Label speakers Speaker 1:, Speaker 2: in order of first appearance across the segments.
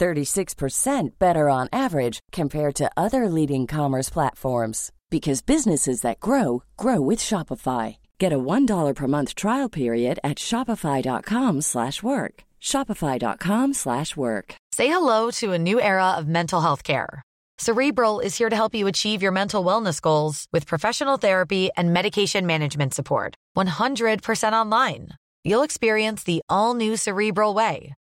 Speaker 1: 36% better on average compared to other leading commerce platforms because businesses that grow grow with Shopify. Get a $1 per month trial period at shopify.com/work. shopify.com/work.
Speaker 2: Say hello to a new era of mental health care. Cerebral is here to help you achieve your mental wellness goals with professional therapy and medication management support. 100% online. You'll experience the all new Cerebral way,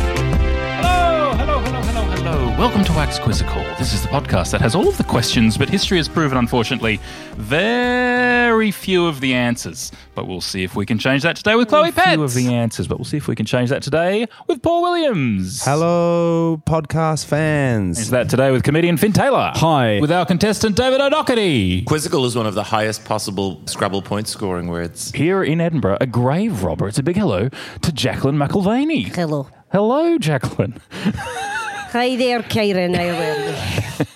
Speaker 3: Hello, hello, Oh, hello, hello, hello. Welcome to Wax Quizzical. This is the podcast that has all of the questions, but history has proven, unfortunately, very few of the answers. But we'll see if we can change that today with Chloe Pett. Few of the answers, but we'll see if we can change that today with Paul Williams.
Speaker 4: Hello, podcast fans.
Speaker 3: Is that today with comedian Finn Taylor?
Speaker 5: Hi.
Speaker 3: With our contestant David O'Doherty.
Speaker 6: Quizzical is one of the highest possible Scrabble point scoring words.
Speaker 3: Here in Edinburgh, a grave robber. It's a big hello to Jacqueline McIlvaney.
Speaker 7: Hello.
Speaker 3: Hello, Jacqueline.
Speaker 7: Hi there, Kieran. How are you?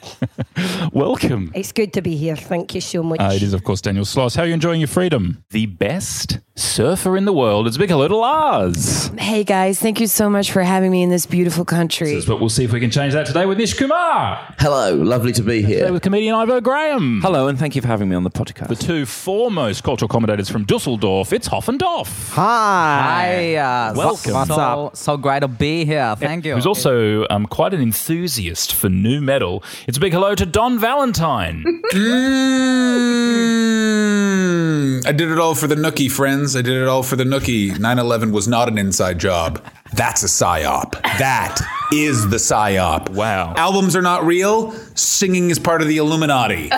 Speaker 3: Welcome.
Speaker 7: It's good to be here. Thank you so much.
Speaker 3: Uh, it is, of course, Daniel Sloss. How are you enjoying your freedom? The best surfer in the world. It's a big hello to Lars.
Speaker 8: Hey guys, thank you so much for having me in this beautiful country.
Speaker 3: But we'll see if we can change that today with Nish Kumar.
Speaker 9: Hello, lovely to be
Speaker 3: Today
Speaker 9: here.
Speaker 3: with comedian Ivo Graham.
Speaker 5: Hello, and thank you for having me on the podcast.
Speaker 3: The two foremost cultural commentators from Dusseldorf, it's Hoff and Doff.
Speaker 4: Hi.
Speaker 3: Welcome.
Speaker 4: What's
Speaker 10: uh, so,
Speaker 4: up?
Speaker 10: So great to be here. Thank you.
Speaker 3: Who's also um, quite an enthusiast for new metal. It's a big hello to Don Valentine.
Speaker 11: Mm, I did it all for the nookie, friends. I did it all for the nookie. 9 11 was not an inside job. That's a psyop. That is the psyop.
Speaker 3: Wow.
Speaker 11: Albums are not real. Singing is part of the Illuminati.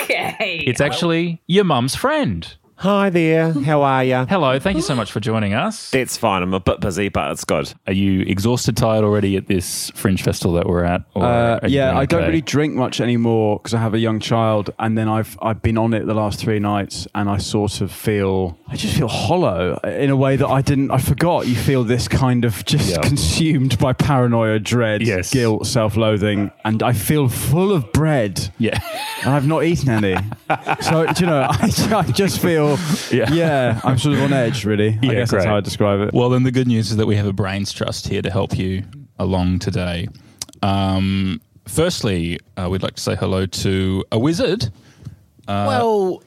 Speaker 12: Okay.
Speaker 3: it's actually your mum's friend.
Speaker 4: Hi there. How are you?
Speaker 3: Hello, thank you so much for joining us.
Speaker 5: It's fine. I'm a bit busy, but it's good.
Speaker 3: Are you exhausted, tired already at this fringe festival that we're at? Or
Speaker 10: Uh,
Speaker 3: are you
Speaker 5: yeah,
Speaker 3: doing
Speaker 5: I don't
Speaker 3: okay?
Speaker 5: really drink much anymore because I have a young child, and then I've I've been on it the last three nights, and I sort of feel I just feel hollow in a way that I didn't. I forgot you feel this kind of just
Speaker 3: Yeah.
Speaker 5: consumed by paranoia, dread,
Speaker 3: Yes.
Speaker 5: guilt, self-loathing, and I feel full of bread.
Speaker 3: Yeah.
Speaker 5: and I've not eaten any. so do you know, I, I just feel
Speaker 3: Yeah.
Speaker 5: yeah. I'm sort of on edge, really.
Speaker 3: Yeah,
Speaker 5: I guess
Speaker 3: great.
Speaker 5: that's how I describe it.
Speaker 3: Well, then the good news is that we have a brains trust here to help you along today. Um, firstly, uh, we'd like to say hello to a wizard. Uh,
Speaker 13: Well,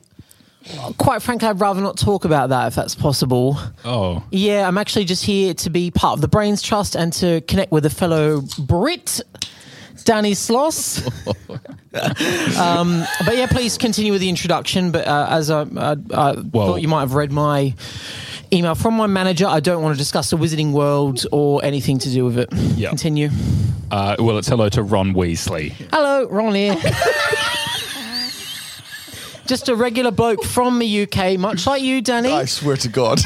Speaker 13: quite frankly, I'd rather not talk about that if that's possible.
Speaker 3: Oh,
Speaker 13: Yeah, I'm actually just here to be part of the Brains Trust and to connect with a fellow Brit, Danny Sloss. um, but yeah, please continue with the introduction. But uh, as I, I, I
Speaker 3: Well-
Speaker 13: thought you might have read my email from my manager, I don't want to discuss the Wizarding World or anything to do with it.
Speaker 3: Yeah.
Speaker 13: Continue.
Speaker 3: uh, well, it's hello to Ron Weasley.
Speaker 13: Hello, Ron here. just a regular bloke from the UK, much like you, Danny. I
Speaker 14: swear to God.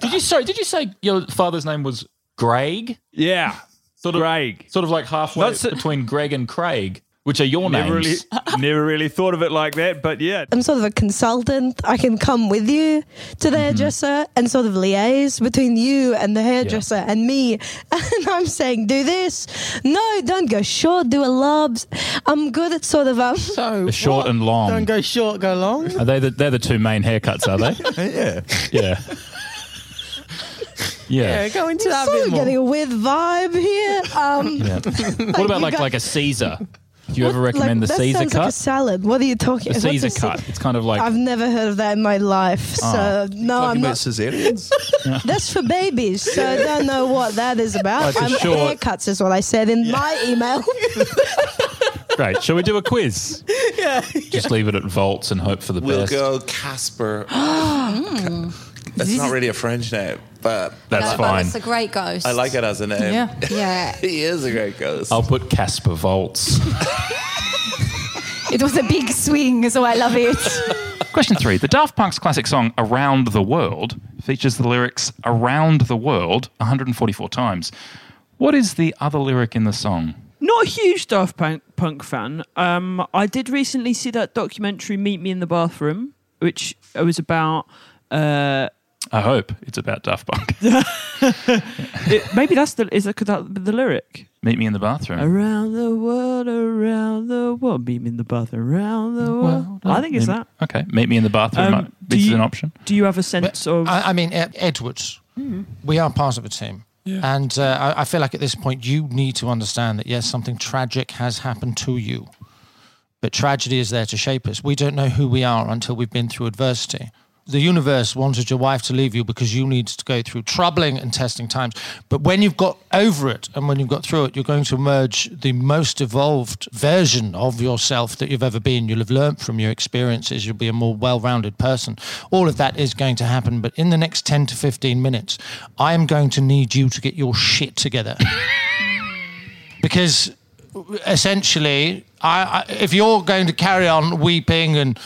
Speaker 3: Did you sorry? Did you say your father's name was Greg?
Speaker 5: Yeah,
Speaker 3: sort of Greg. Sort of like halfway
Speaker 15: Not so-
Speaker 3: between Greg and Craig, which are your
Speaker 15: Never
Speaker 3: names.
Speaker 15: really, never really thought of it like that, but yeah.
Speaker 16: I'm sort of a consultant. I can come with you to
Speaker 3: Mm-hmm.
Speaker 16: the hairdresser and sort of liaise between you and the hairdresser and me. And I'm saying, do this. No, don't go short. Do a lobs. I'm good at sort of um.
Speaker 13: So
Speaker 3: The short and long. Don't
Speaker 13: go short, go long.
Speaker 3: Are they the, they're the two main haircuts, are they?
Speaker 14: yeah.
Speaker 3: Yeah. Yeah.
Speaker 16: go into that sort of getting a weird vibe here. Um,
Speaker 3: Yeah. what about
Speaker 16: you
Speaker 3: like
Speaker 16: got-
Speaker 3: like a Caesar? Do you ever
Speaker 16: Like,
Speaker 3: recommend the
Speaker 16: that
Speaker 3: Caesar
Speaker 16: sounds like a
Speaker 3: cut?
Speaker 16: salad. What are you talking?
Speaker 3: the
Speaker 16: what's a
Speaker 3: Caesar
Speaker 16: Caesar-
Speaker 3: cut. It's kind of like
Speaker 16: I've never heard of that in my life. So
Speaker 3: Oh.
Speaker 16: no, I'm not.
Speaker 14: cesareans?
Speaker 16: That's for babies, so I don't know what that is about.
Speaker 3: Like a
Speaker 16: I'm
Speaker 3: short-
Speaker 16: haircuts is what I said in my email.
Speaker 3: Great. Shall we do a quiz?
Speaker 16: yeah.
Speaker 3: Just leave it at vaults and hope for the
Speaker 17: We'll
Speaker 3: best.
Speaker 17: go Casper.
Speaker 18: Mm.
Speaker 17: That's not really a French name, but
Speaker 3: That's
Speaker 18: No, but
Speaker 3: fine.
Speaker 18: It's a great ghost.
Speaker 17: I like it as a
Speaker 3: Um,
Speaker 17: name.
Speaker 18: Yeah. Yeah.
Speaker 17: he is a great ghost.
Speaker 3: I'll put Casper Vaults.
Speaker 19: It was a big swing, so I love it.
Speaker 3: Question three. The Daft Punk's classic song Around the World features the lyrics Around the World 144 times. What is the other lyric in the song?
Speaker 15: Not a huge Daft Punk, Punk fan. Um, I did recently see that documentary, Meet Me in the Bathroom, which was about. Uh,
Speaker 3: I hope it's about Daft Punk.
Speaker 15: it, maybe that's the is that, could that be the lyric?
Speaker 3: Meet me in the bathroom.
Speaker 15: Around the world, around the world, meet me in the bathroom, around the world. I think it's
Speaker 3: Meet-
Speaker 15: that.
Speaker 3: Okay. Meet me in the bathroom.
Speaker 15: Um, do
Speaker 3: this is
Speaker 15: you-
Speaker 3: an option.
Speaker 15: Do you have a sense of?
Speaker 20: I, I mean, Ed- Edwards, we are part of a team. And uh, I, I feel like at this point, you need to understand that, yes, something tragic has happened to you. But tragedy is there to shape us. We don't know who we are until we've been through adversity. The universe wanted your wife to leave you because you needed to go through troubling and testing times. But when you've got over it and when you've got through it, you're going to emerge the most evolved version of yourself that you've ever been. You'll have learnt from your experiences. You'll be a more well rounded person. All of that is going to happen. But in the next 10 to 15 minutes, I am going to need you to get your shit together. because essentially, I, I, if you're going to carry on weeping and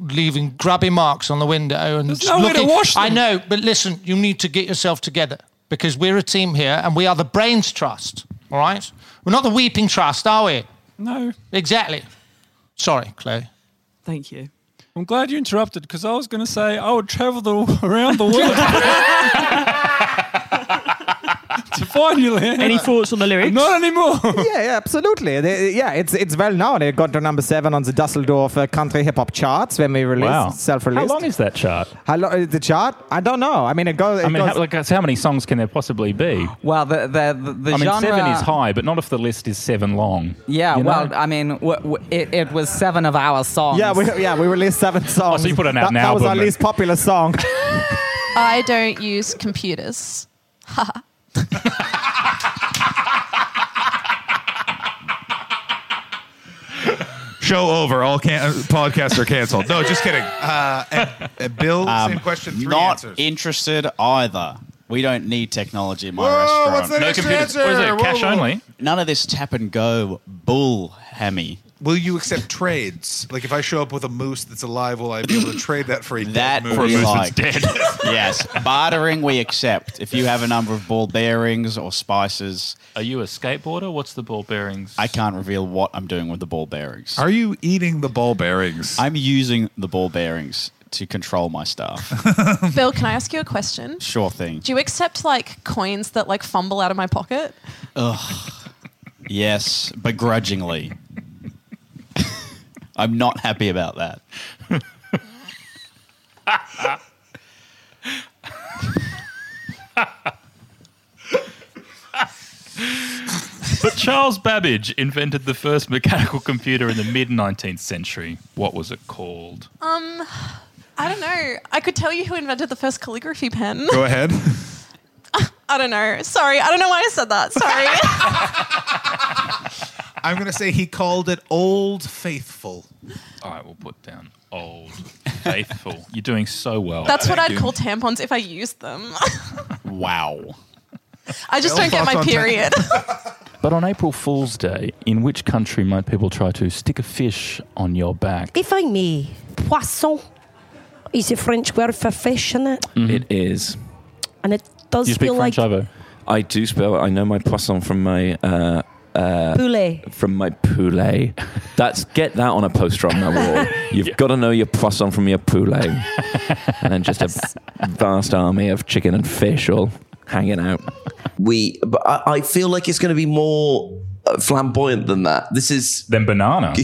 Speaker 20: leaving grubby marks on the window and
Speaker 15: no way to wash them.
Speaker 20: I know, but listen, you need to get yourself together because we're a team here and we are the brains trust. All right, we're not the weeping trust, are we?
Speaker 15: No.
Speaker 20: Exactly. Sorry, Chloe.
Speaker 15: Thank you.
Speaker 21: I'm glad you interrupted because I was going to say I would travel the, around the world to find you, Leanne.
Speaker 15: Any thoughts on the lyrics?
Speaker 21: Not anymore.
Speaker 22: yeah, yeah, absolutely. They- yeah, it's it's well known. It got to number seven on the Dusseldorf uh, country hip hop charts when we released
Speaker 3: Wow.
Speaker 22: self-released.
Speaker 3: How long is that chart?
Speaker 22: How long is the chart? I don't know. I mean, it goes. It
Speaker 3: I mean,
Speaker 22: goes
Speaker 3: how, like, so how many songs can there possibly be?
Speaker 10: Well, the the, the, the
Speaker 3: I mean,
Speaker 10: genre
Speaker 3: seven is high, but not if the list is seven long.
Speaker 10: Yeah,
Speaker 3: You know?
Speaker 10: well, I mean, w- w- it, it was seven of our songs.
Speaker 22: yeah, we, yeah, we released seven songs.
Speaker 3: Oh, you put it out
Speaker 22: that,
Speaker 3: an
Speaker 22: that was
Speaker 3: album
Speaker 22: our
Speaker 3: and-
Speaker 22: least popular song.
Speaker 19: I don't use computers. Haha.
Speaker 23: Show over. All can- uh, podcasts are canceled. No, just kidding. Uh, and, and Bill, same
Speaker 24: Um,
Speaker 23: question. Three
Speaker 24: not
Speaker 23: answers.
Speaker 24: interested either. We don't need technology in my
Speaker 23: Whoa,
Speaker 24: restaurant.
Speaker 23: what's the No next computers. answer? What is it, cash Whoa, whoa. only?
Speaker 24: None of this tap and go bull hammy.
Speaker 23: Will you accept trades? Like if I show up with a moose that's alive, will I be able to trade that for a
Speaker 24: That
Speaker 23: dead moose?
Speaker 24: we like. yes, bartering we accept. If you have a number of ball bearings or spices,
Speaker 3: are you a skateboarder? What's the ball bearings?
Speaker 24: I can't reveal what I'm doing with the ball bearings.
Speaker 23: Are you eating the ball bearings?
Speaker 24: I'm using the ball bearings to control my staff.
Speaker 19: Bill, can I ask you a question?
Speaker 24: sure thing.
Speaker 19: Do you accept like coins that like fumble out of my pocket?
Speaker 24: Ugh. Yes, begrudgingly. I'm not happy about that.
Speaker 3: But Charles Babbage invented the first mechanical computer in the mid 19th century. What was it called?
Speaker 19: Um, I don't know. I could tell you who invented the first calligraphy pen.
Speaker 23: Go ahead.
Speaker 19: I don't know. Sorry, I don't know why I said that. Sorry.
Speaker 23: I'm going to say he called it Old Faithful.
Speaker 3: All right, we'll put down Old Faithful. You're doing so well.
Speaker 19: That's what I'd call tampons if I used them.
Speaker 24: Wow.
Speaker 19: I just
Speaker 3: Bill,
Speaker 19: don't get
Speaker 3: thoughts
Speaker 19: my
Speaker 3: on tam-
Speaker 19: period.
Speaker 3: But on April Fool's Day, in which country might people try to stick a fish on your back?
Speaker 7: If I may, poisson is a French word for fish, isn't it?
Speaker 4: It is.
Speaker 7: And it does feel like
Speaker 4: I do spell. I know my poisson from my uh, uh,
Speaker 7: Poulet.
Speaker 4: From my poulet. That's get that on a poster on the wall. You've got to know your poisson from your poulet, and then just a vast army of chicken and fish all hanging out.
Speaker 2: We, but I, I feel like it's going to be more uh, flamboyant than that. This is
Speaker 3: than banana.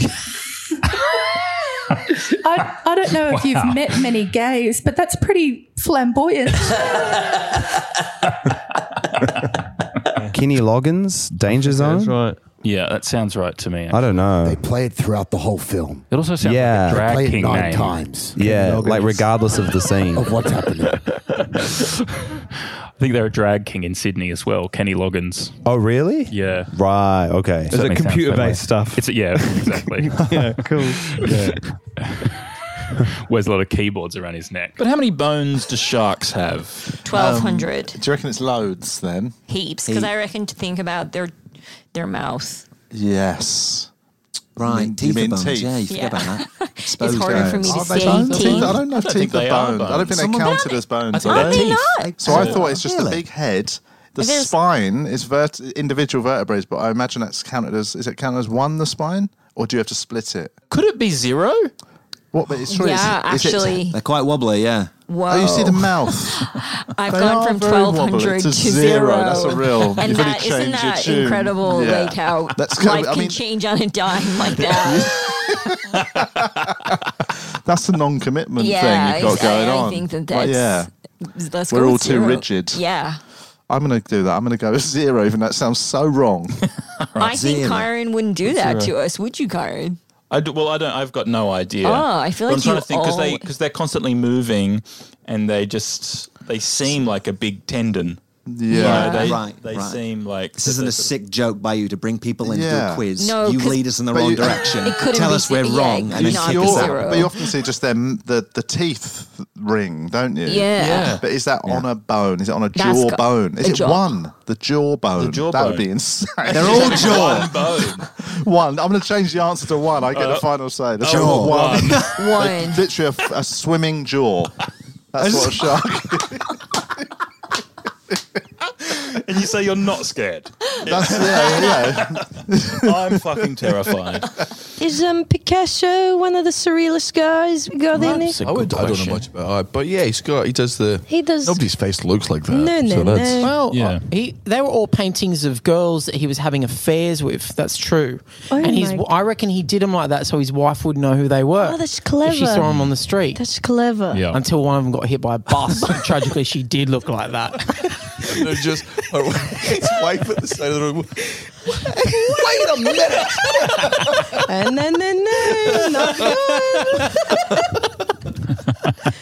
Speaker 25: I, I don't know
Speaker 3: Wow.
Speaker 25: if you've met many gays, but that's pretty flamboyant.
Speaker 26: Kenny Loggins, Danger Zone. That's
Speaker 3: right. Yeah, that sounds right to me.
Speaker 26: I don't know. They
Speaker 14: play it throughout the whole film.
Speaker 3: It also sounds
Speaker 26: yeah.
Speaker 3: like a drag
Speaker 14: Play it
Speaker 3: king
Speaker 14: nine
Speaker 3: name.
Speaker 14: times.
Speaker 26: Yeah,
Speaker 14: Kenny Loggins.
Speaker 26: like regardless of the scene.
Speaker 14: Of what's happening.
Speaker 3: I think they're a drag king in Sydney as well, Kenny Loggins.
Speaker 26: Oh, really?
Speaker 3: Yeah.
Speaker 26: Right. Okay.
Speaker 3: Certainly sounds that way.
Speaker 26: stuff?
Speaker 3: It's yeah, exactly.
Speaker 26: Yeah, cool. Yeah.
Speaker 3: Wears a lot of keyboards around his neck. But how many bones do sharks have? Um,
Speaker 21: 1,200.
Speaker 3: do you reckon it's loads then?
Speaker 21: Heaps, because I reckon to think about their their mouth.
Speaker 27: Yes. Right,
Speaker 21: mean-
Speaker 27: teeth
Speaker 21: you mean
Speaker 27: are bones.
Speaker 21: teeth?
Speaker 27: Yeah, you forget
Speaker 21: Yeah.
Speaker 27: about that.
Speaker 21: It's harder for me to
Speaker 27: Aren't they
Speaker 21: say
Speaker 27: bones?
Speaker 21: teeth.
Speaker 27: I don't know
Speaker 21: I
Speaker 27: if
Speaker 21: don't
Speaker 27: teeth
Speaker 21: think
Speaker 27: are
Speaker 21: they are
Speaker 27: bones. I don't think
Speaker 21: bones.
Speaker 27: they're
Speaker 21: Someone-
Speaker 27: counted as bones.
Speaker 21: Are
Speaker 27: are
Speaker 21: they not?
Speaker 27: So I thought it's just the
Speaker 21: Really?
Speaker 27: big head. The
Speaker 21: It is.
Speaker 27: spine is vert- individual vertebrae, but I imagine that's counted as is it counted as one the spine, or do you have to split it?
Speaker 21: Could it be zero?
Speaker 27: What? But it's true. it's-
Speaker 21: Yeah,
Speaker 27: it's- it's-
Speaker 21: actually.
Speaker 27: they're quite wobbly. Yeah.
Speaker 21: Whoa.
Speaker 27: Oh, you see the mouth.
Speaker 21: I've
Speaker 27: They
Speaker 21: gone
Speaker 27: are
Speaker 21: from
Speaker 27: very
Speaker 21: twelve
Speaker 27: wobbly.
Speaker 21: hundred
Speaker 27: It's
Speaker 21: to
Speaker 27: a
Speaker 21: zero.
Speaker 27: zero. That's a real-
Speaker 21: And
Speaker 27: you've really
Speaker 21: that isn't
Speaker 27: changed your
Speaker 21: that
Speaker 27: tune.
Speaker 21: incredible?
Speaker 27: Yeah.
Speaker 21: Like how
Speaker 27: That's kind of-
Speaker 21: life
Speaker 27: I
Speaker 21: can
Speaker 27: mean-
Speaker 21: change on a dime like that.
Speaker 27: That's the non-commitment
Speaker 21: Yeah,
Speaker 27: thing you've got
Speaker 21: I- I-
Speaker 27: going
Speaker 21: I
Speaker 27: on.
Speaker 21: think that
Speaker 27: Like,
Speaker 21: that's-
Speaker 27: yeah.
Speaker 21: Let's
Speaker 27: We're
Speaker 21: go
Speaker 27: all
Speaker 21: with
Speaker 27: too
Speaker 21: zero.
Speaker 27: rigid.
Speaker 21: Yeah.
Speaker 27: I'm going to do that. I'm going to go with zero, even though it sounds so wrong.
Speaker 21: I think Kyron wouldn't do that
Speaker 27: Zero.
Speaker 21: to us, would you, Kyron?
Speaker 4: I do, well, I don't. I've got no idea.
Speaker 21: Oh, I feel
Speaker 4: But
Speaker 21: like
Speaker 4: I'm trying
Speaker 21: you
Speaker 4: to think because they
Speaker 21: all-
Speaker 4: because they're constantly moving, and they just they seem like a big tendon.
Speaker 27: Yeah.
Speaker 4: You know, they,
Speaker 27: Right,
Speaker 4: They
Speaker 27: right.
Speaker 4: seem like
Speaker 27: This isn't a
Speaker 4: sick
Speaker 27: joke by you to bring people
Speaker 14: in to do a quiz. No, You 'cause- lead us in the
Speaker 27: But
Speaker 14: wrong
Speaker 27: you-
Speaker 14: direction. It couldn't Tell be us we're zero. Yeah, wrong, it and then could kick not us be out. zero.
Speaker 27: But you often see just them the the teeth ring, don't you?
Speaker 21: Yeah. Yeah.
Speaker 27: But is that on a bone? Is it on a
Speaker 21: That's
Speaker 27: jaw
Speaker 21: got-
Speaker 27: bone? Is
Speaker 21: a
Speaker 27: it
Speaker 21: jaw.
Speaker 27: one? The jaw bone. That would be insane.
Speaker 23: They're all jaw.
Speaker 27: One. I'm going to change the answer to one. I get
Speaker 23: Uh,
Speaker 27: the final say. The
Speaker 23: oh,
Speaker 27: jaw. One.
Speaker 21: one. One.
Speaker 27: Like, Literally a f- a, swimming jaw. That's what a shark.
Speaker 4: and you say you're not scared.
Speaker 27: That's, yeah, yeah,
Speaker 4: yeah. I'm fucking terrified.
Speaker 16: Is um Picasso one of the surrealist guys we got in
Speaker 28: I,
Speaker 16: there?
Speaker 28: would, I don't know much about art, but yeah, he's got he does the
Speaker 16: He does-
Speaker 28: Nobody's face looks like that.
Speaker 16: No,
Speaker 28: so
Speaker 16: no,
Speaker 28: that's,
Speaker 16: no.
Speaker 28: Well,
Speaker 16: Well,
Speaker 28: yeah.
Speaker 13: uh, He, they were all paintings of girls that he was having affairs with. That's true.
Speaker 16: Oh
Speaker 13: and he's,
Speaker 16: my-
Speaker 13: I reckon he did them like that so his wife would know who they were.
Speaker 16: Oh, that's
Speaker 13: If she
Speaker 16: clever.
Speaker 13: saw him on the street.
Speaker 16: That's clever.
Speaker 13: Until one of them got hit by a bus. and Tragically, she did look like that.
Speaker 28: They're just her, his wife at the side of the room.
Speaker 16: Wait a minute. and then, then, then. not good.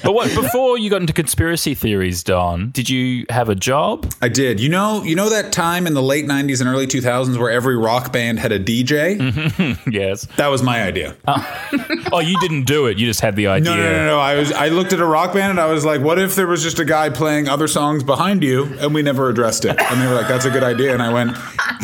Speaker 3: But what before you got into conspiracy theories, Don? Did you have a job?
Speaker 11: I did. You know, you know that time in the late '90s and early 2000s where every rock band had a DJ.
Speaker 3: yes,
Speaker 11: that was my idea.
Speaker 3: oh, you didn't do it. You just had the idea.
Speaker 11: No, no, no, no. I was. I looked at a rock band and I was like, "What if there was just a guy playing other songs behind you?" And we never addressed it. And they were like, "That's a good idea." And I went,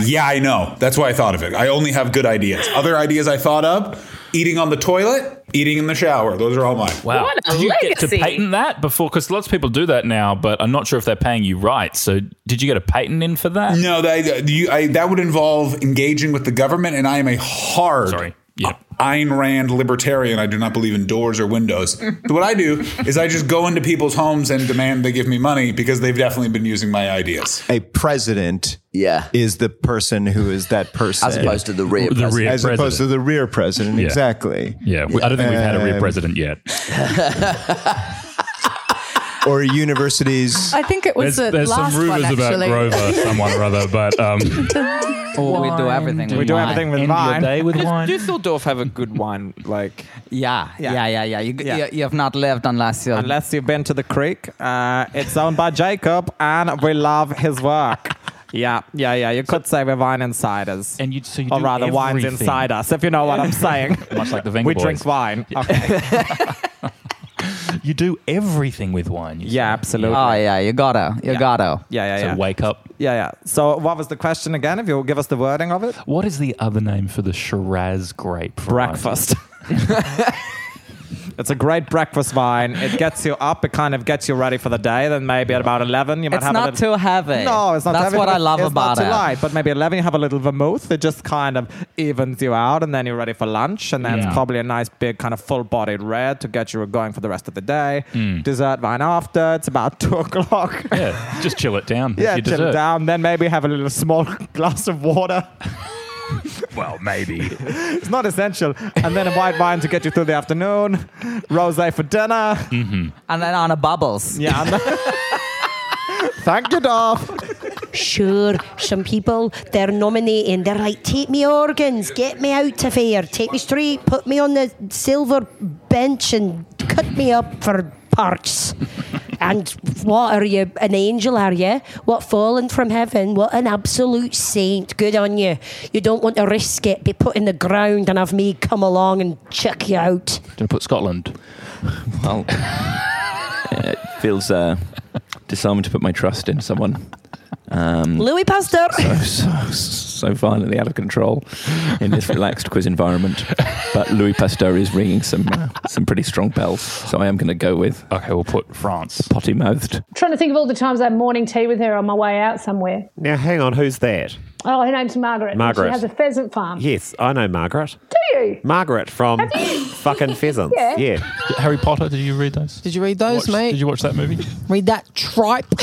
Speaker 11: "Yeah, I know. That's why I thought of it. I only have good ideas. Other ideas I thought of: eating on the toilet, eating in the shower. Those are all mine."
Speaker 3: Wow.
Speaker 11: What a
Speaker 3: did you get to
Speaker 11: legacy.
Speaker 3: patent that before? Because lots of people do that now, but I'm not sure if they're paying you right. So did you get a patent in for that?
Speaker 11: No, that you, I, that would involve engaging with the government, and I am a hard. Sorry. Ayn Rand libertarian. I do not believe in doors or windows. so what I do is I just go into people's homes and demand they give me money because they've definitely been using my ideas.
Speaker 29: a president yeah. is the person who is that person. As opposed to the rear The rear president. As opposed to the rear president, Yeah. exactly.
Speaker 3: Yeah, we- I don't think we've had a real
Speaker 29: Um,
Speaker 3: president yet.
Speaker 29: Or universities.
Speaker 25: I think it was
Speaker 29: There's-
Speaker 25: the
Speaker 29: there's some
Speaker 25: last
Speaker 29: rumours
Speaker 25: one,
Speaker 29: about
Speaker 25: actually.
Speaker 29: Grover,
Speaker 3: someone or other, but um,
Speaker 10: Or we do everything with
Speaker 3: We do
Speaker 10: wine.
Speaker 3: everything with End your wine. day with
Speaker 10: Does-
Speaker 3: wine.
Speaker 10: Does Dusseldorf have a good wine? Like, yeah, yeah, yeah, yeah. You, You, you have not lived unless you
Speaker 22: unless you've been to the creek. Uh, it's owned by Jacob, and we love his work. Yeah, yeah, yeah. You could say we're wine insiders, and you, so you or
Speaker 3: do
Speaker 22: rather, wine's
Speaker 3: everything.
Speaker 22: inside us, if you know what I'm saying.
Speaker 3: Much like the Venga
Speaker 22: we
Speaker 3: Boys.
Speaker 22: drink wine. Okay.
Speaker 3: You do everything with wine. You
Speaker 22: Yeah, absolutely.
Speaker 3: Oh,
Speaker 22: yeah, you gotta,
Speaker 3: you gotta.
Speaker 22: Yeah, yeah,
Speaker 3: So
Speaker 22: yeah.
Speaker 3: wake up.
Speaker 22: Yeah, yeah. So what was the question again? If you'll give us the wording of it.
Speaker 3: What is the other name for the Shiraz grape?
Speaker 22: Breakfast. it's a great breakfast wine. It gets you up. It kind of gets you ready for the day. Then maybe at about eleven, you might
Speaker 12: It's
Speaker 22: have.
Speaker 12: not
Speaker 22: a little,
Speaker 12: too heavy.
Speaker 22: No, it's not.
Speaker 12: That's
Speaker 22: heavy,
Speaker 12: what
Speaker 22: but
Speaker 12: I love
Speaker 22: it's
Speaker 12: about
Speaker 22: not too
Speaker 12: it.
Speaker 22: Light, but maybe eleven, you have a little vermouth. It just kind of evens you out, and then you're ready for lunch, and then
Speaker 12: Yeah.
Speaker 22: it's probably a nice big kind of full-bodied red to get you going for the rest of the day.
Speaker 3: Mm.
Speaker 22: Dessert wine after. It's about two o'clock.
Speaker 3: Yeah, just chill it down. That's
Speaker 22: Yeah,
Speaker 3: your
Speaker 22: chill it
Speaker 3: dessert.
Speaker 22: down. Then maybe have a little small glass of water.
Speaker 3: Well, maybe.
Speaker 22: it's not essential. And then a white wine to get you through the afternoon. Rosé for dinner.
Speaker 3: Mm-hmm.
Speaker 22: And then on a bubbles. Yeah. and then- Thank you, Dov.
Speaker 7: Sure, some people they're nominating. They're like, take me organs, get me out of here, take me straight, put me on the silver bench and cut me up for parts. and what are you, an angel? Are you? What fallen from heaven? What an absolute saint! Good on you. You don't want to risk it, be put in the ground, and have me come along and chuck you out.
Speaker 3: Gonna put Scotland.
Speaker 4: Well, it feels uh, disarming to put my trust in someone. Um,
Speaker 7: Louis Pasteur.
Speaker 4: so, so, so violently out of control in this relaxed quiz environment. But Louis Pasteur is ringing some uh, some pretty strong bells, so I am going to go with.
Speaker 3: Okay, we'll put France.
Speaker 4: Potty mouthed.
Speaker 12: Trying to think of all the times I had morning tea with her on my way out somewhere.
Speaker 5: Now, hang on, who's that?
Speaker 12: Oh, her name's Margaret. and
Speaker 5: Margaret.
Speaker 12: She has a pheasant farm.
Speaker 5: Yes, I know Margaret.
Speaker 12: Do you?
Speaker 5: Margaret from
Speaker 12: Have you?
Speaker 5: fucking Pheasants.
Speaker 12: Yeah.
Speaker 3: Harry Potter, did you read those?
Speaker 5: Did you read
Speaker 13: Those, mate.
Speaker 3: Did you watch that movie?
Speaker 13: Read that tripe.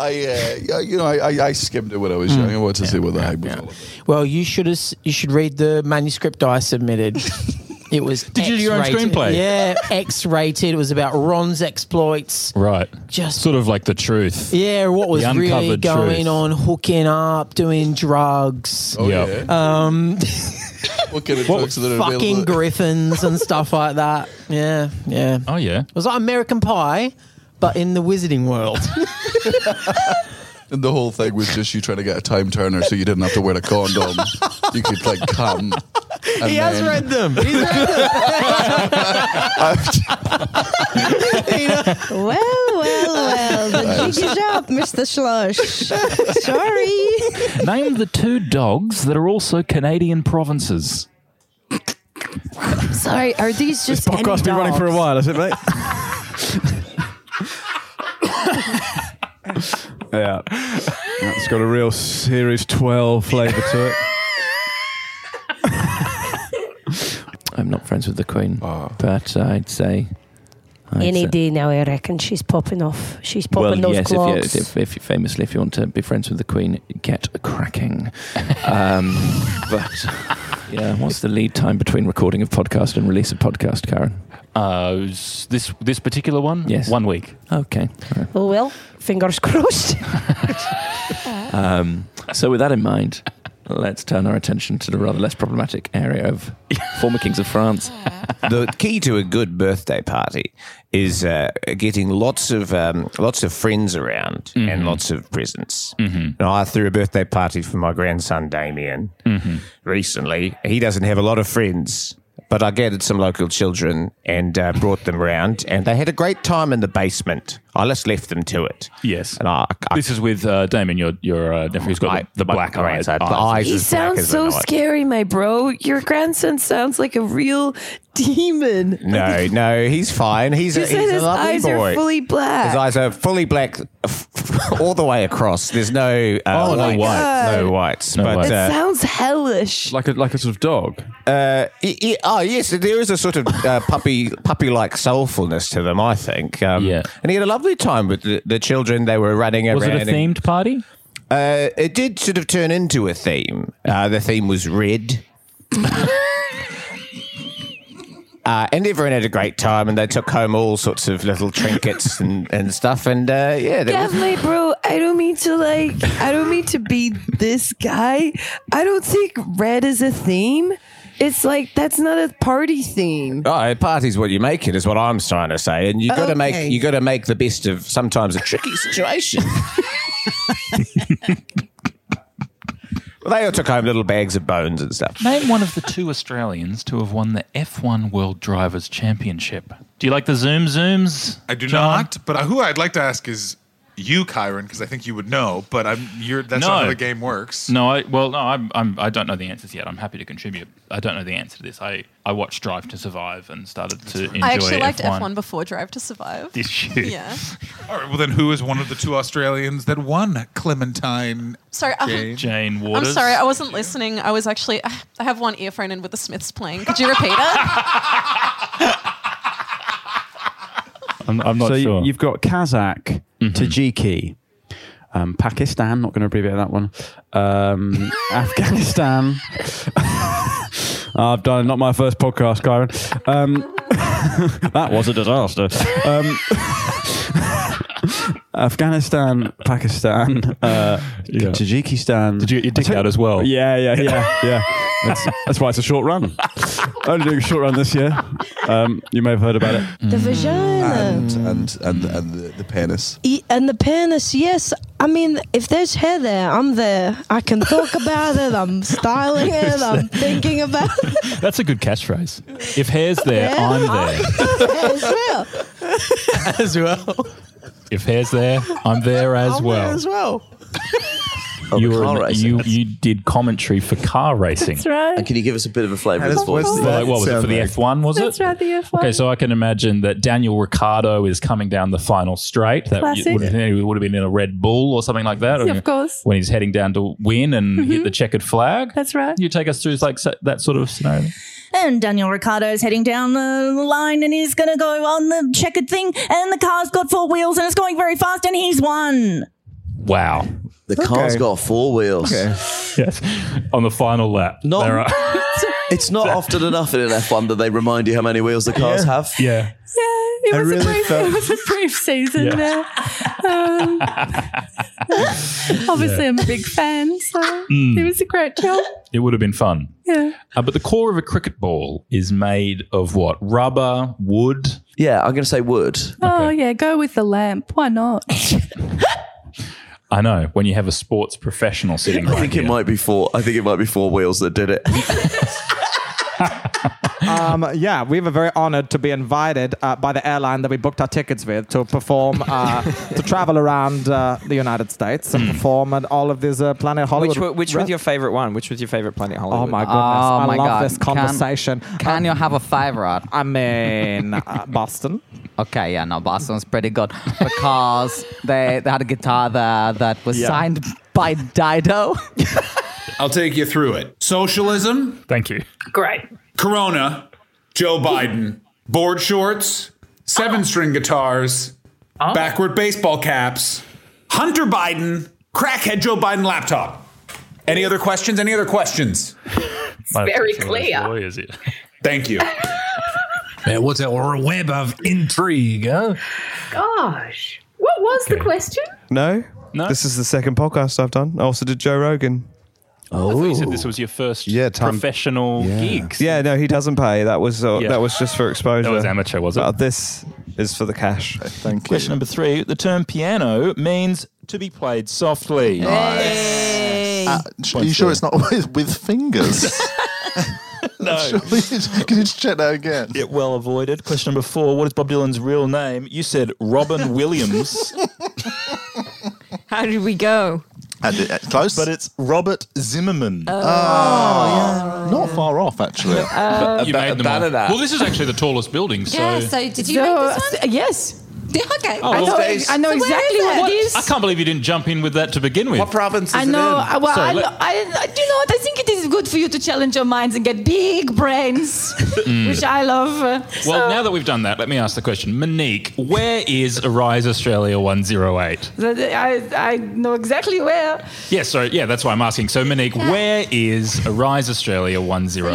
Speaker 28: I, uh, yeah, you know, I, I, I skimmed it when I was young. I wanted to see what the heck was all about.
Speaker 13: Well, you should as- you should read the manuscript I submitted. It was.
Speaker 28: Did you do your own
Speaker 13: X-rated.
Speaker 28: screenplay?
Speaker 13: Yeah, X-rated. It was about Ron's exploits.
Speaker 21: Right.
Speaker 13: Just
Speaker 21: sort of like the truth.
Speaker 13: Yeah, what was
Speaker 21: The
Speaker 13: really
Speaker 21: uncovered
Speaker 13: going
Speaker 21: truth.
Speaker 13: on? Hooking up, doing drugs.
Speaker 28: Oh, Yep.
Speaker 13: Um,
Speaker 28: What kind of drugs are there available?
Speaker 13: fucking griffins and stuff like that. Yeah, yeah.
Speaker 3: Oh yeah.
Speaker 13: It was like American Pie, but in the wizarding world.
Speaker 28: And the whole thing was just you trying to get a time turner so you didn't have to wear a condom. you could like come. and
Speaker 13: he has
Speaker 28: then-
Speaker 13: read them. He's read
Speaker 16: well, well, well. The jig is up, Mr. Slush. Sorry.
Speaker 3: Name the two dogs that are also Canadian provinces.
Speaker 16: Sorry, are these
Speaker 3: This just any podcast's been running for a dogs?
Speaker 29: while, is it, mate? yeah. That's got a real Series 12 flavour to it.
Speaker 4: I'm not friends with the Queen,
Speaker 3: Ah.
Speaker 4: but I'd say. I'd
Speaker 7: Any
Speaker 4: say-
Speaker 7: day now, I reckon she's popping off. She's popping
Speaker 4: well,
Speaker 7: those
Speaker 4: yes, if
Speaker 7: clogs.
Speaker 4: you, if, if you famously, if you want to be friends with the Queen, get cracking. um, but yeah, what's the lead time between recording of podcast and release of podcast, Karen?
Speaker 3: Uh, s- this this particular one.
Speaker 4: Yes.
Speaker 3: One week.
Speaker 4: Okay. All right.
Speaker 7: Oh well, fingers crossed.
Speaker 4: Um, so, with that in mind, let's turn our attention to the rather less problematic area of former kings of France.
Speaker 17: the key to a good birthday party is uh, getting lots of um, lots of friends around
Speaker 3: Mm-hmm.
Speaker 17: and lots of presents.
Speaker 30: Mhm.
Speaker 17: Now, I threw a birthday party for my grandson Damien recently. He doesn't have a lot of friends, but I gathered some local children and uh, brought them round, and they had a great time in the basement. I just left them to it.
Speaker 3: Yes.
Speaker 17: And I, I,
Speaker 3: This is with uh, Damon, your your uh, nephew who's got the, the black eyes.
Speaker 17: grandson. The eyes
Speaker 8: He
Speaker 17: is black
Speaker 8: sounds
Speaker 17: as the
Speaker 8: so
Speaker 17: night.
Speaker 8: scary, my bro. Your grandson sounds like a real demon.
Speaker 17: No, no, he's fine. He's
Speaker 8: You
Speaker 17: a,
Speaker 8: said
Speaker 17: he's
Speaker 8: his
Speaker 17: a lovely
Speaker 8: eyes are
Speaker 17: boy.
Speaker 8: fully black.
Speaker 17: His eyes are fully black, f- f- all the way across. There's no uh,
Speaker 8: Oh my
Speaker 17: whites.
Speaker 8: God.
Speaker 17: no whites. but
Speaker 8: That
Speaker 17: uh,
Speaker 8: sounds hellish.
Speaker 17: like a like a sort of dog. Uh, y- y- oh yes, there is a sort of uh, puppy puppy like soulfulness to them. I think. Um, yeah. And he had a lovely time with the, the children. They were running
Speaker 3: Was it
Speaker 17: around.
Speaker 3: a themed party?
Speaker 17: Uh, it did sort of turn into a theme. Uh, the theme was red. Uh, and everyone had a great time, and they took home all sorts of little trinkets and, and stuff. And uh, yeah, that was-
Speaker 8: Definitely, bro. I don't mean to like. I don't mean to be this guy. I don't think red is a theme. It's like that's not a party theme.
Speaker 17: Oh, a party's what you make it is what I'm trying to say, and you got to
Speaker 8: Okay.
Speaker 17: make you got to make the best of sometimes a tricky situation. Well, they all took home little bags of bones and stuff.
Speaker 3: Name one of the two Australians to have won the F1 World Drivers' Championship. Do you like the Zoom Zooms?
Speaker 31: I do
Speaker 3: John?
Speaker 31: not. But who I'd like to ask is you, Kyron, because I think you would know. But I'm you're. That's not how
Speaker 3: No.
Speaker 31: the game works.
Speaker 3: No, I well, no, I'm, I'm I don't know the answers yet. I'm happy to contribute. I don't know the answer to this. I I watched Drive to Survive and started to enjoy
Speaker 19: I actually liked
Speaker 31: F1.
Speaker 19: F1. before Drive to Survive.
Speaker 3: Did you?
Speaker 19: Yeah.
Speaker 31: All right. Well, then who is one of the two Australians that won? Clementine.
Speaker 19: Sorry, um,
Speaker 31: Jane,
Speaker 3: Jane
Speaker 19: I'm sorry, I wasn't listening. I was actually, I have one earphone in with the Smiths playing. Could you repeat it?
Speaker 13: I'm, I'm not
Speaker 5: so you-
Speaker 13: sure.
Speaker 5: You've got Kazakh, Tajiki, um, Pakistan. Not going to abbreviate that one. Um, Afghanistan. I've done not my first podcast, Kyron. Um, that was a disaster. Um, Afghanistan, Pakistan, uh, Tajikistan. Did you get your dick out as well? Yeah, yeah, yeah, yeah. That's, that's why it's a short run. Only doing a short run this year. Um, you may have heard about it.
Speaker 16: The vagina.
Speaker 5: and and and, and the, the penis.
Speaker 16: E- And the penis, yes. I mean, if there's hair there, I'm there. I can talk about it. I'm styling it. I'm thinking about it
Speaker 13: That's a good catchphrase. If hair's there,
Speaker 16: Yeah.
Speaker 13: I'm there.
Speaker 16: as well.
Speaker 13: as well. If hair's there, I'm there Oh, as well.
Speaker 16: well.
Speaker 13: You, were in- you you did commentary for car racing.
Speaker 29: That's right. And
Speaker 13: can you give us a bit of a flavour
Speaker 29: of his voice?
Speaker 13: What,
Speaker 29: that
Speaker 13: was it for
Speaker 29: sound
Speaker 13: the
Speaker 29: like?
Speaker 13: F one? Was
Speaker 29: That's
Speaker 13: it?
Speaker 29: right, the F1.
Speaker 13: Okay, so I can imagine that Daniel Ricciardo is coming down the final straight. That
Speaker 29: Classic.
Speaker 13: would have, he would have been in a Red Bull or something like that.
Speaker 29: Yeah,
Speaker 13: or-
Speaker 29: of course. Mm-hmm.
Speaker 13: When he's heading down to win and hit the checkered flag.
Speaker 29: That's right.
Speaker 13: You take us through like so- that sort of scenario.
Speaker 18: And Daniel Ricciardo's heading down the line and he's going to go on the checkered thing. And the car's got four wheels and it's going very fast and he's won.
Speaker 13: Wow.
Speaker 28: The car's got four wheels.
Speaker 13: Yes. On the final lap.
Speaker 28: Not,
Speaker 13: There are-
Speaker 28: it's not often enough in an F1 that they remind you how many wheels the cars have.
Speaker 13: Yeah.
Speaker 29: It
Speaker 28: I
Speaker 29: was,
Speaker 28: really
Speaker 29: a brief,
Speaker 28: felt-
Speaker 29: it was a brief season
Speaker 28: Yeah.
Speaker 29: there. Um, obviously,
Speaker 13: Yeah.
Speaker 29: I'm a big fan, so
Speaker 13: Mm.
Speaker 29: it was a great job.
Speaker 13: It would have been fun.
Speaker 29: Yeah.
Speaker 13: Uh, but the core of a cricket ball is made of what? Rubber, wood?
Speaker 28: Yeah, I'm going to say wood.
Speaker 29: Oh, yeah, go with the lamp. Why not?
Speaker 13: I know. When you have a sports professional sitting
Speaker 28: I
Speaker 13: right
Speaker 28: think it
Speaker 13: here.
Speaker 28: might be four. I think it might be four wheels that did it.
Speaker 22: um, yeah, we were very honored to be invited uh, by the airline that we booked our tickets with to perform, uh, to travel around uh, the United States
Speaker 18: Hmm.
Speaker 22: and perform at all of these uh, Planet Hollywood.
Speaker 14: Which, wa- which was your favorite one? Which was your favorite Planet
Speaker 22: Oh
Speaker 14: Hollywood?
Speaker 22: my goodness! I love this conversation. Can, can you have a favorite? I mean, uh, Boston.
Speaker 10: Okay, yeah, no, Boston's pretty good because they, they had a guitar there that was
Speaker 11: Yeah.
Speaker 10: signed by Dido.
Speaker 11: I'll take you through it. Socialism.
Speaker 13: Thank you.
Speaker 11: Great. Corona. Joe Biden. Board shorts.
Speaker 14: Oh.
Speaker 11: Seven string guitars. Backward baseball caps. Hunter Biden. Crackhead Joe Biden laptop. Any other questions? Any other questions?
Speaker 14: Might have very taken one of those clear.
Speaker 11: Thank you.
Speaker 10: Man, what a web of intrigue, huh?
Speaker 14: Gosh. What was the question?
Speaker 18: No?
Speaker 3: No.
Speaker 18: This is the second podcast I've done. I also did Joe Rogan.
Speaker 3: Oh, you said this was your first
Speaker 18: Yeah, Tom-
Speaker 3: professional gig.
Speaker 18: Yeah, no, he doesn't pay. That was uh,
Speaker 3: Yeah.
Speaker 18: that was just for exposure.
Speaker 3: That was amateur, was it?
Speaker 18: But this is for the cash. Thank
Speaker 3: Question number three: The term piano means to be played softly.
Speaker 18: Uh,
Speaker 27: Are you sure it's not with, with fingers?
Speaker 3: No.
Speaker 27: Can you just check that again?
Speaker 3: It well avoided. Question number four: What is Bob Dylan's real name? You said Robin Williams.
Speaker 14: How did we go?
Speaker 27: close,
Speaker 3: but it's Robert Zimmerman.
Speaker 14: Oh,
Speaker 27: Not far off, actually.
Speaker 14: oh.
Speaker 3: Uh, you made them all.
Speaker 27: banana.
Speaker 3: Well, this is actually the tallest building. So,
Speaker 14: did you make this one? yes. Okay.
Speaker 3: Oh,
Speaker 14: I
Speaker 3: well,
Speaker 14: know,
Speaker 3: Stace-
Speaker 14: I know
Speaker 3: So where
Speaker 14: exactly what, it is.
Speaker 3: I can't believe you didn't jump in with that to begin with. What
Speaker 14: province I know. I- Well, I, know- I, I, do you know what? I think it is good for you to challenge your minds and get big brains,
Speaker 3: Mm.
Speaker 14: which I love. Uh,
Speaker 3: Well, now that we've done that, let me ask the question. Monique, where is Arise Australia 108?
Speaker 14: so th- I, I know exactly where.
Speaker 3: Yes, sorry. Yeah, that's why I'm asking. So, Monique, where is Arise Australia
Speaker 14: You can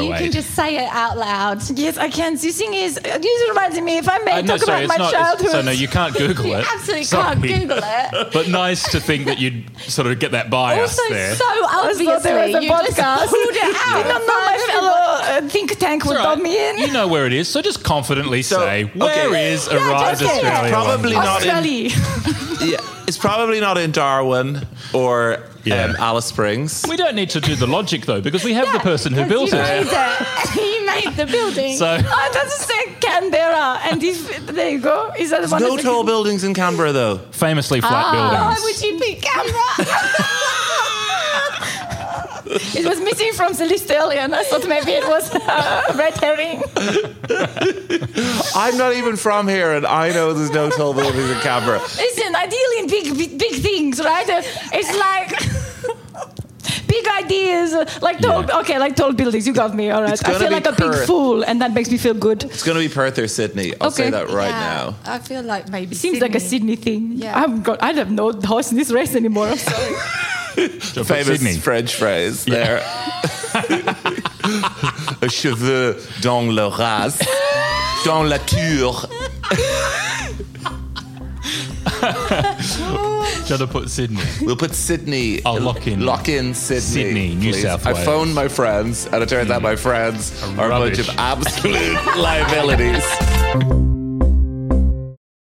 Speaker 3: 108?
Speaker 14: just say it out loud. Yes, I can. The thing is, uh, this reminds me, if I may
Speaker 3: Uh,
Speaker 14: talk about my
Speaker 3: it's
Speaker 14: childhood.
Speaker 3: So, no, you can't Google
Speaker 14: You
Speaker 3: it.
Speaker 14: absolutely
Speaker 3: Sorry.
Speaker 14: can't Google it.
Speaker 3: But nice to think that you'd sort of get that bias
Speaker 14: also,
Speaker 3: there.
Speaker 14: so obviously,
Speaker 10: thought there was a
Speaker 14: you just
Speaker 10: podcast.
Speaker 14: pulled it out. Not my fellow uh, think tank would dump me in.
Speaker 3: you know where it is, so just confidently say, where is
Speaker 14: just
Speaker 3: Arise
Speaker 14: say it.
Speaker 3: Australia?
Speaker 14: Probably
Speaker 3: not
Speaker 14: Australia.
Speaker 28: yeah, it's probably not in Darwin or
Speaker 3: Yeah.
Speaker 11: um, Alice Springs.
Speaker 3: We don't need to do the logic though, because we have the person who built
Speaker 14: you made
Speaker 3: it.
Speaker 14: it. He made the building.
Speaker 3: So-
Speaker 14: oh, that's a Canberra, and he's, there you go. Is that
Speaker 11: There's
Speaker 14: one?
Speaker 11: no
Speaker 14: of the-
Speaker 11: tall buildings in Canberra though.
Speaker 3: Famously
Speaker 14: Ah, Why would you pick Canberra? it was missing from the list earlier, and I thought maybe it was a red herring.
Speaker 11: I'm not even from here, and I know there's no tall buildings in Canberra.
Speaker 14: Listen, I deal in big, big, big things, right? Uh, It's like. Big ideas, uh, like tall, okay, like tall buildings. You got me, all right. I
Speaker 11: gonna
Speaker 14: feel
Speaker 11: be
Speaker 14: like a big
Speaker 11: current.
Speaker 14: fool, and that makes me feel good.
Speaker 11: It's going to be Perth or Sydney. I'll say that right now.
Speaker 14: I feel like maybe seems like a Sydney thing. Yeah, I'm got, I have no horse in this race anymore. I'm sorry.
Speaker 3: So
Speaker 11: Famous
Speaker 3: Sydney.
Speaker 11: French phrase there. A cheveux dans le race, dans la tour.
Speaker 3: Should I put Sydney?
Speaker 11: We'll put Sydney.
Speaker 3: Oh, lock in.
Speaker 11: Lock in Sydney.
Speaker 3: Sydney, New
Speaker 11: please.
Speaker 3: South
Speaker 11: I
Speaker 3: Wales.
Speaker 11: phoned my friends, and it turns out my friends are a bunch
Speaker 3: rubbish.
Speaker 11: of absolute liabilities.